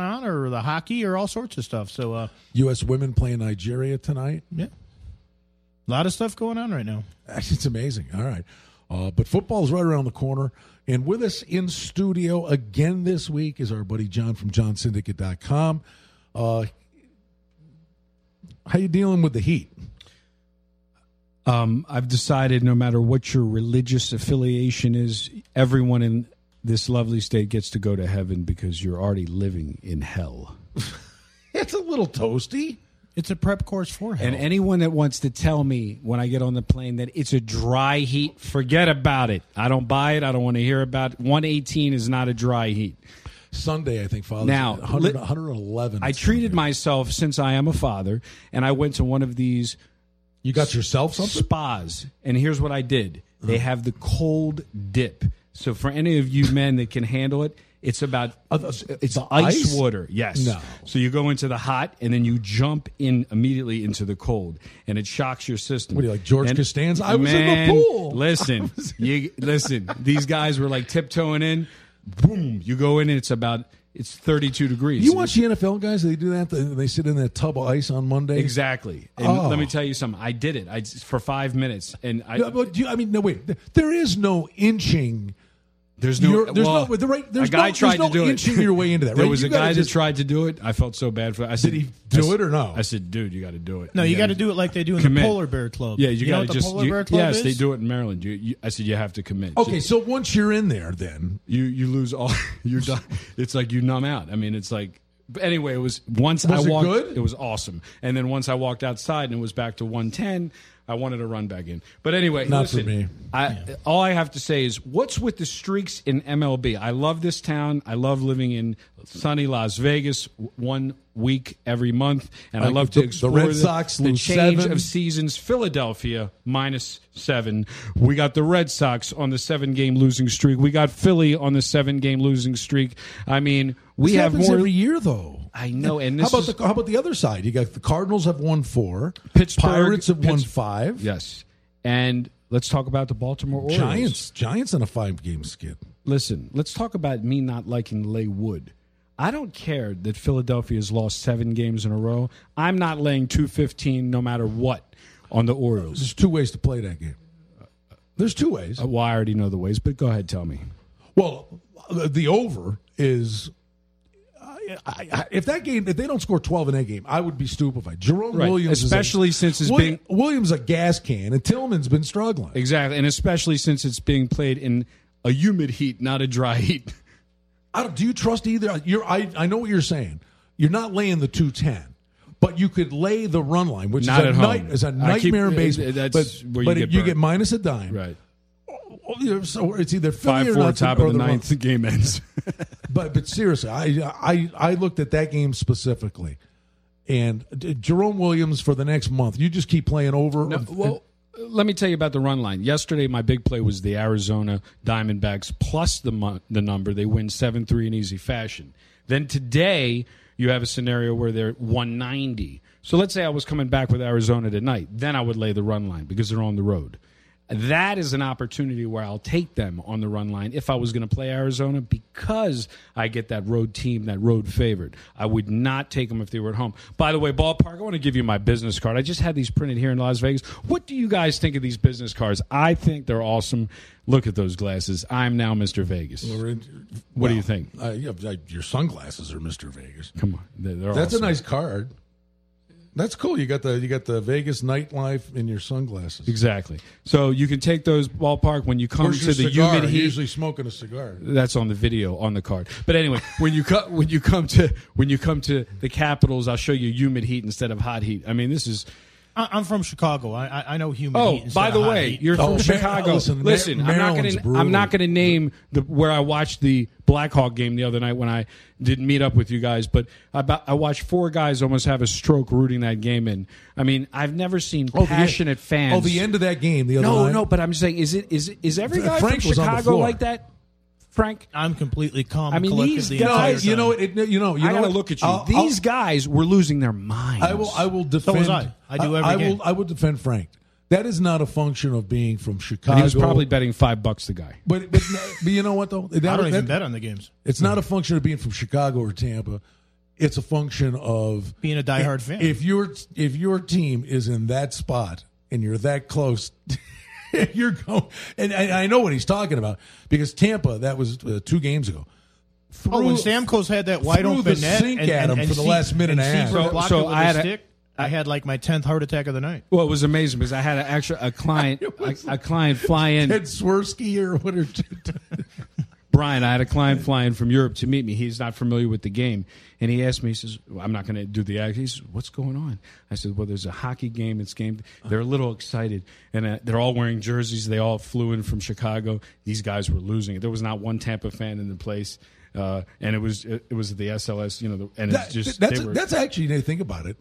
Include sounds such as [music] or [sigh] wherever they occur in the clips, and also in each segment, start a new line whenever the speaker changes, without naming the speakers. on or the hockey or all sorts of stuff. So uh,
U.S. women playing Nigeria tonight.
yeah, a lot of stuff going on right now.
It's amazing. All right. Uh, but football's right around the corner. And with us in studio again this week is our buddy John from johnsyndicate.com. Uh, how you dealing with the heat?
Um, I've decided no matter what your religious affiliation is, everyone in this lovely state gets to go to heaven because you're already living in hell.
It's a little toasty.
It's a prep course for hell.
And anyone that wants to tell me when I get on the plane that it's a dry heat, forget about it. I don't buy it. I don't want to hear about it. 118 is not a dry heat.
Sunday, I think, Father's
Now,
100,
li-
111.
I treated myself since I am a father, and I went to one of these
You got yourself something? Uh-huh.
spas. And here's what I did they have the cold dip. So, for any of you men that can handle it, it's about
Uh, the-
it's
the
ice,
ice?
water. Yes.
No.
So you go into the hot and then you jump in immediately into the cold, and it shocks your system.
What are you, like George Costanza? I was in the
man,
pool. [laughs]
Listen, you listen. These guys were like tiptoeing in. Boom! You go in and it's about it's 32 degrees.
You watch the NFL guys? They do that. They- They sit in that tub of ice on Monday.
Exactly. And
Oh.
let me tell you something. I did it. I for five minutes, and I,
Yeah, but do you, I mean, no, wait. Th- There is no inching.
There's no,
You're- there's
well,
no- the right- there's
a guy
no-
tried
there's
to
no
do it.
inching your way into that,
[laughs] there
right?
was
You
a
gotta
guy
just-
that tried to do it. I felt so bad for. I said,
he
I
do
said-
it or no?
I said, dude, you got to do it.
no, you got to
gotta-
do it like they do in
commit.
the Polar Bear Club.
Yeah, you,
know
got
what
to
the
just.
Polar
you-
Bear Club
yes,
is?
they do it in Maryland. You, you, I said you have to commit.
Okay,
Just-
so once you're in there, then
you you lose all. [laughs] You're done. It's like you numb out. I mean, it's like. But anyway, it was once
Was it
I walked.
good?
was awesome. And then once I walked outside and it was back to 110, I wanted to run back in. But anyway,
Not for
listen,
me.
I, All I have to say is, what's with the streaks in MLB? I love this town. I love living in sunny Las Vegas w- one week every month, and I
Like
love
the-
to
the
explore
Red Sox
the
lose
change
seven.
of seasons. Philadelphia minus seven. We got the Red Sox on the seven-game losing streak. We got Philly on the seven-game losing streak. I mean, we
This
have
happens
more.
every year, though.
I know, and
How
this
about
is-
the how about the other side? You got the Cardinals have won four,
Pittsburgh-
Pirates have won
Pitts-
five,
Yes. And let's talk about the Baltimore Orioles.
Giants Giants in a five game skid.
Listen, let's talk about me not liking Lay Wood. I don't care that Philadelphia's lost seven games in a row. I'm not laying 215 no matter what on the Orioles.
There's two ways to play that game. There's two ways.
Well, I already know the ways, but go ahead, tell me.
Well, the the over is. I, I, I- if that game, if they don't score twelve in that game, I would be stupefied. Jerome
Right,
Williams, is a-
especially since it's
William, Williams a gas can, and Tillman's been struggling.
Exactly. And especially since it's being played in a humid heat, not a dry heat.
I don't, do you trust either? You're, I, I know what you're saying. You're not laying the 210, but you could lay the run line, which
Not
is, a
at home.
night- is a
I keep-
nightmare in baseball.
that's
but
where you
but
get
you
burned.
get minus a dime.
[laughs] Right.
Oh, you're- So it's either Philly
5
or
4
nothing
top
or
of the
run.
ninth, the game ends.
But, but seriously, I, I, I looked at that game specifically. And uh, D- Jerome Williams for the next month, you just keep playing over.
No,
and-
[laughs] well, let me tell you about the run line. Yesterday, my big play was the Arizona Diamondbacks plus the mon- the number. They win seven three in easy fashion. Then today, you have a scenario where they're one ninety. So let's say I was coming back with Arizona tonight, then I would lay the run line because they're on the road. That is an opportunity where I'll take them on the run line if I was going to play Arizona because I get that road team, that road favorite. I would not take them if they were at home. By the way, ballpark, I want to give you my business card. I just had these printed here in Las Vegas. What do you guys think of these business cards? I think they're awesome. Look at those glasses. I'm now Mr. Vegas. What do you think?
Uh, yeah, I- your sunglasses are Mr. Vegas.
Come on. They're, they're
That's
awesome.
a nice card. That's cool. You got the you got the Vegas nightlife in your sunglasses.
Exactly. So you can take those ballpark when you come
Where's
to
your
the
cigar?
humid
You're
heat.
Usually smoking a cigar.
that's on the video on the card. But anyway, when you co- when you come to when you come to the Capitals, I'll show you humid heat instead of hot heat. I mean, this is
I, I'm from Chicago. I, I, I know human.
oh,
heat instead
by
of
the
hot
way,
heat.
you're
Oh,
from
Mar-
Chicago.
listen, Mar-
Listen, I'm not
Maryland's
going to
brutal.
I'm not going to name the where I watched the Blackhawk game the other night when I didn't meet up with you guys, but I, bu- I watched four guys almost have a stroke rooting that game in. I mean, I've never seen
Oh, the-
passionate fans.
Oh, the end of that game. The other
No,
night?
no, but I'm saying, is it is is every guy
Frank
from
was on the
Chicago
floor.
like that? Frank,
I'm completely calm.
I mean,
collected
these
the
guys-
No,
entire
you
time.
know it. it- You know. You
I
know
gotta
what?
look at you. Uh,
I'll- I'll-
These guys were losing their minds.
I will. I will defend.
was I. I do every
I,
game.
will. I will defend Frank. That is not a function of being from Chicago.
And he was probably betting five bucks. The guy.
[laughs] But, but, but you know what though? That,
I don't even
that-
bet on the games.
It's not a function of being from Chicago or Tampa. it's a function of
Being a diehard fan.
If your if your team is in that spot and you're that close, [laughs] you're going. And I, I know what he's talking about because Tampa. That was uh, two games ago. Through,
Oh, when Stamkos had that wide
threw
open
the
net
sink
and,
at
and-
him
and
for the
Se-
last minute and a half.
Seabrook
So-
blocked
so
it with
I
his
had a-
stick. I had like my tenth heart attack of the night.
Well, it was amazing because I had an actual a [laughs] client a, a client fly
[laughs]
in.
Ted Swirsky or what? Are,
Brian, I had a client flying from Europe to meet me. He's not familiar with the game. And he asked me, he says, well, I'm not going to do the act. He says, What's going on? I said, Well, there's a hockey game. It's game. They're a little excited. And uh, they're all wearing jerseys. They all flew in from Chicago. These guys were losing. There was not one Tampa fan in the place. Uh, and it was it, was the SLS, you know, the, and
that,
it's just.
that's
they were,
that's actually. You know, think about it.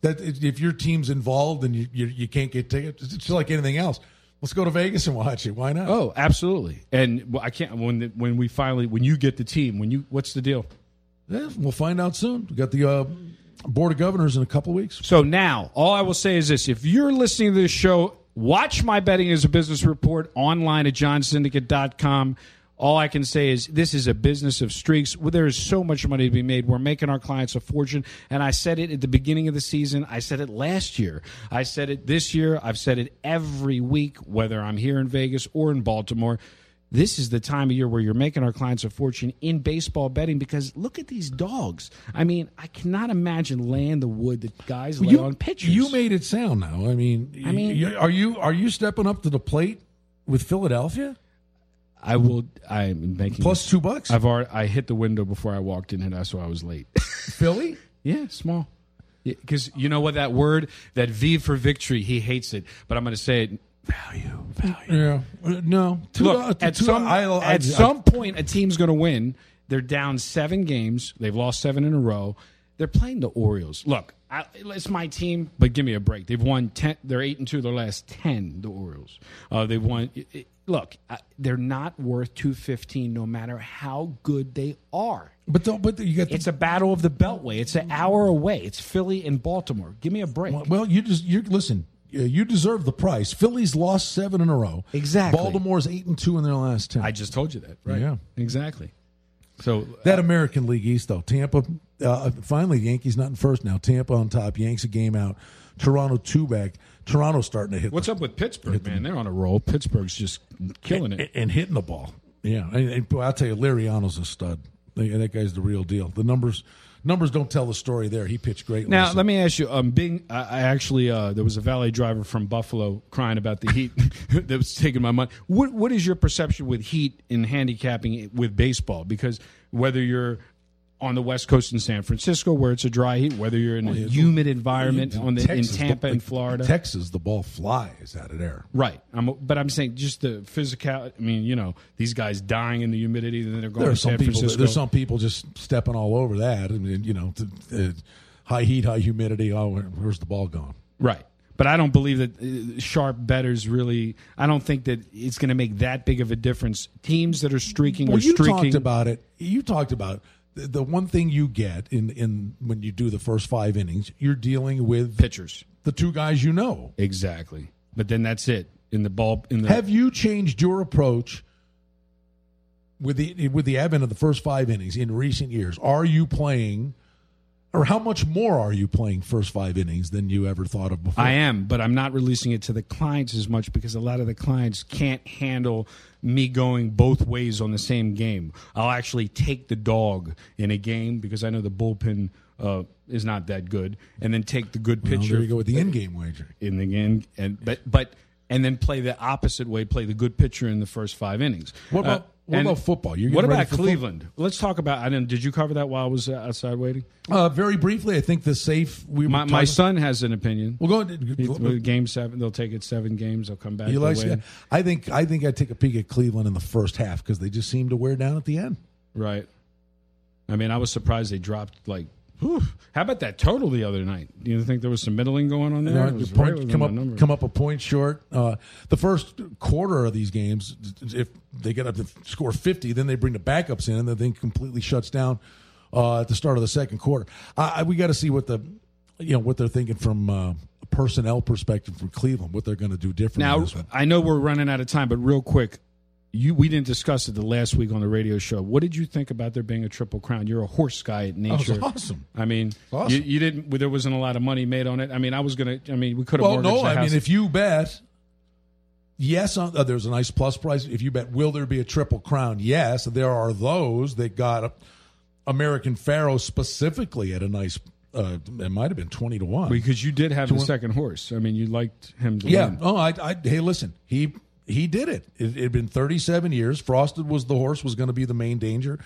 That if if your team's involved and you, you you can't get tickets, it's just like anything else. Let's go to Vegas and watch it. Why not?
oh, absolutely. And well, I can't, when, the, when we finally, when you get the team, when you, what's the deal?
Yeah, we'll find out soon. We got the uh, board of governors in a couple weeks.
So now, all I will say is this: if you're listening to this show, watch my betting as a business report online at johnsyndicate.com. All I can say is this is a business of streaks. Well, There is so much money to be made. We're making our clients a fortune. And I said it at the beginning of the season. I said it last year. I said it this year. I've said it every week, whether I'm here in Vegas or in Baltimore. This is the time of year where you're making our clients a fortune in baseball betting because look at these dogs. I mean, I cannot imagine laying the wood that guys lay on pitchers.
you made it sound now. I mean, I
mean-
are you are you stepping up to the plate with Philadelphia
I will. I'm making
plus two bucks?
I've already. I hit the window before I walked in, and that's why I
[laughs]
was late.
Philly?
yeah, small. Because you know what that word, that V for victory, he hates it. But I'm going to say it. Value, value.
Yeah. Uh, No. Two dollars-
Look, at
two
some,
dollars- I- I-
at some point, a team's going to win. They're down seven games. They've lost seven in a row. They're playing the Orioles. Look, I, it's my team, but give me a break. They've won ten. They're eight and two. Their last ten, the Orioles. Uh, they've won. it- it- look, I, they're not worth two fifteen, no matter how good they are.
but the, but the, you got the,
It's a battle of the Beltway. It's an hour away. It's Philly and Baltimore. Give me a break.
well. You just you listen. uh, You deserve the price. Philly's lost seven in a row.
Exactly.
Baltimore's eight and two in their last ten.
I just told you that, right?
Yeah.
exactly. So
That American League East, though, Tampa. Uh, finally, Yankees not in first now. Tampa on top. Yanks a game out. Toronto two back. Toronto starting to hit.
What's up with Pittsburgh, man? They're on a roll. Pittsburgh's just killing
the,
it.
and hitting the ball. Yeah, and, and, boy, I'll tell you, Liriano's a stud. That that guy's the real deal. The numbers numbers don't tell the story. There, he pitched great.
Now
last
let me ask you. Um, being I, I actually uh, there was a valet driver from Buffalo crying about the heat [laughs] that was taking my money. What what is your perception with heat in handicapping with baseball? Because whether you're on the West Coast in San Francisco, where it's a dry heat, whether you're in
Oh,
a humid environment on the
Texas,
in Tampa
the-
and Florida,
Texas, the ball flies out of there.
right? I'm, but I'm saying just the physical. I mean, you know, these guys dying in the humidity, and then they're going
There
to
are some
San
people.
Francisco.
There's some people just stepping all over that, and, and, you know, th- th- uh, high heat, high humidity. Oh, where- where's the ball gone?
Right. But I don't believe that uh, sharp betters really. I don't think that it's going to make that big of a difference. Teams that are streaking
Well,
or
you
streaking.
talked about it. You talked about the, the one thing you get in in when you do the first five innings. You're dealing with
pitchers.
the two guys you know.
Exactly. But then that's it in the ball. In the
Have you changed your approach with the with the advent of the first five innings in recent years? Are you playing, or how much more are you playing first five innings than you ever thought of before?
I am, but I'm not releasing it to the clients as much because a lot of the clients can't handle me going both ways on the same game. I'll actually take the dog in a game because I know the bullpen uh, is not that good, and then take the good
Well,
pitcher
there you go with the in game wager.
in the game, and but but and then play the opposite way, play the good pitcher in the first five innings. Uh,
What about- what
and
about football? You're
what
getting ready
about
for football?
Cleveland? Let's talk about. I didn't. Did you cover that while I was uh, outside waiting?
Uh, very briefly, I think the safe we were
My, my
talking-
son has an opinion.
We'll go.
He-
into-
game seven, they'll take it seven games. They'll come back.
You
they'll
like?
win.
I think I think I take a peek at Cleveland in the first half because they just seem to wear down at the end.
right? I mean, I was surprised they dropped like. whew. How about that total the other night? Do you think there was some middling going on there?
You know,
It was
the
right
point-
within
come
the
up,
number.
come up a point short. Uh, the first quarter of these games, if they get up to score fifty, then they bring the backups in, and the thing completely shuts down uh, at the start of the second quarter. I, I, we got to see what the you know what they're thinking from uh, a personnel perspective from Cleveland, what they're going to do differently. in
Now
this one.
I know we're running out of time, but real quick, you we didn't discuss it the last week on the radio show. What did you think about there being a triple crown? You're a horse guy at
was
nature.
[laughs] awesome.
I mean,
Oh, Awesome.
you, you didn't. There wasn't a lot of money made on it. I mean, I was gonna. I mean, we could have.
Well,
mortgaged
no,
the
I
house.
mean, if you bet, yes, on, uh, there's a nice plus price. If you bet, will there be a triple crown? Yes, there are those that got a, American Pharaoh specifically at a nice. Uh, it might have been twenty to one.
because you did have the second horse. I mean, you liked him. To
yeah.
win.
Oh, I, I. Hey, listen. He he did it. It had been thirty seven years. Frosted was the horse was going to be the main danger,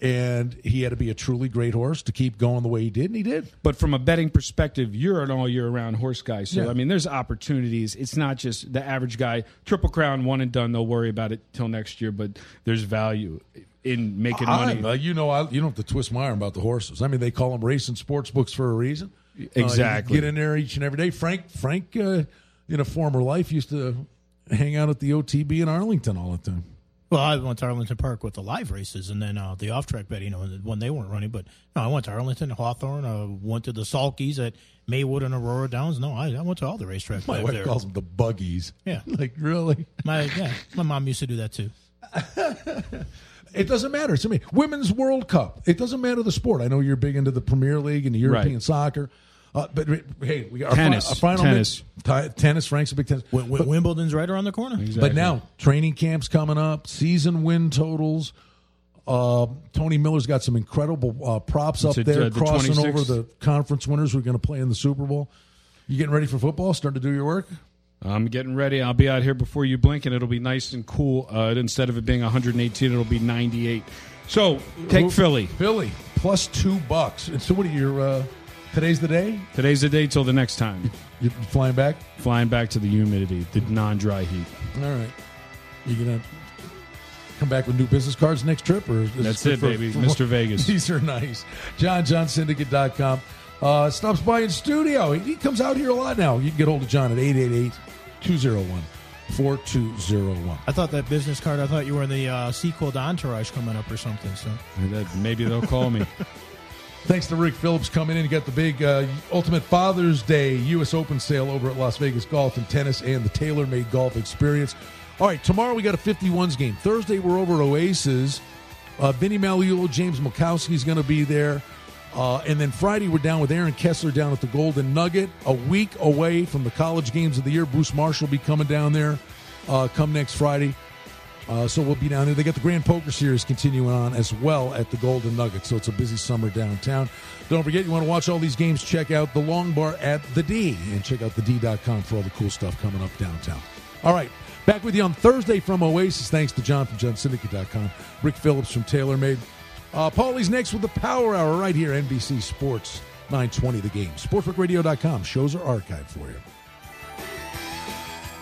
and he had to be a truly great horse to keep going the way he did, and he did.
But from a betting perspective, you're an all year round horse guy. So,
Yeah.
I mean, there's opportunities. It's not just the average guy. Triple Crown, one and done. They'll worry about it till next year, but there's value in making money.
I, uh, you know, I, you don't have to twist my arm about the horses. I mean, they call them racing sports books for a reason. Uh, you
Exactly.
get in there each and every day. Frank, Frank, uh, in a former life, used to hang out at the OTB in Arlington all the time.
Well, I went to Arlington Park with the live races, and then uh, the off-track betting, you know, when they weren't running. But no, I went to Arlington, Hawthorne. I went to the Salkies at Maywood and Aurora Downs. No, I, I went to all the racetracks.
My
up
wife
there.
calls them the buggies.
Yeah.
[laughs] like really,
my yeah, my mom used to do that too.
it doesn't matter to me. Women's World Cup. It doesn't matter the sport. I know you're big into the Premier League and the European
Right.
soccer. Uh, but hey, we got
Tennis.
Our, fi- our final
Tennis.
minute- ti- tennis. Frank's a big tennis.
Wi- Wi- Wimbledon's right around the corner.
But now training camps coming up, season win totals. Uh, Tony Miller's got some incredible uh, props up
it,
there,
uh, the
crossing
26th?
over the conference winners who are going to play in the Super Bowl. You getting ready for football? Starting to do your work?
I'm getting ready. I'll be out here before you blink, and it'll be nice and cool. Uh, instead of it being 118, it'll be 98. So, take
Who-
Philly.
Philly plus two bucks. And so, what are your? Uh, today's the day.
Today's the day till the next time.
You're flying back.
Flying back to the humidity, the non dry heat.
All right. You gonna come back with new business cards next trip, or is this
That's
good [laughs]
it, baby. Mr. Vegas.
These are nice. JohnJohnSyndicate.com. Uh, stops by in studio. He, he comes out here a lot now. You can get hold of John at 888-201-4201.
I thought that business card. I thought you were in the uh, sequel to Entourage coming up or something. So
And that- Maybe they'll call me.
Thanks to Rick Phillips coming in. You got the big uh, Ultimate Father's Day U.S. Open sale over at Las Vegas Golf and Tennis and the Tailor Made Golf Experience. All right, tomorrow we got a 51s game. Thursday we're over at Oasis. Uh, Vinny Malulo, James Mikowski's going to be there. Uh, and then Friday we're down with Aaron Kessler down at the Golden Nugget. A week away from the college games of the year. Bruce Marshall will be coming down there uh, come next Friday. Uh, so we'll be down there. They got the Grand Poker Series continuing on as well at the Golden Nugget. So it's a busy summer downtown. Don't forget, you want to watch all these games, check out the Long Bar at the D and check out thed.com for all the cool stuff coming up downtown. All right, back with you on Thursday from Oasis. Thanks to John from JohnSyndicate.com, Rick Phillips from TaylorMade. Uh, Paulie's next with the Power Hour right here, NBC Sports 920 The Game. SportsbookRadio.com. Shows are archived for you.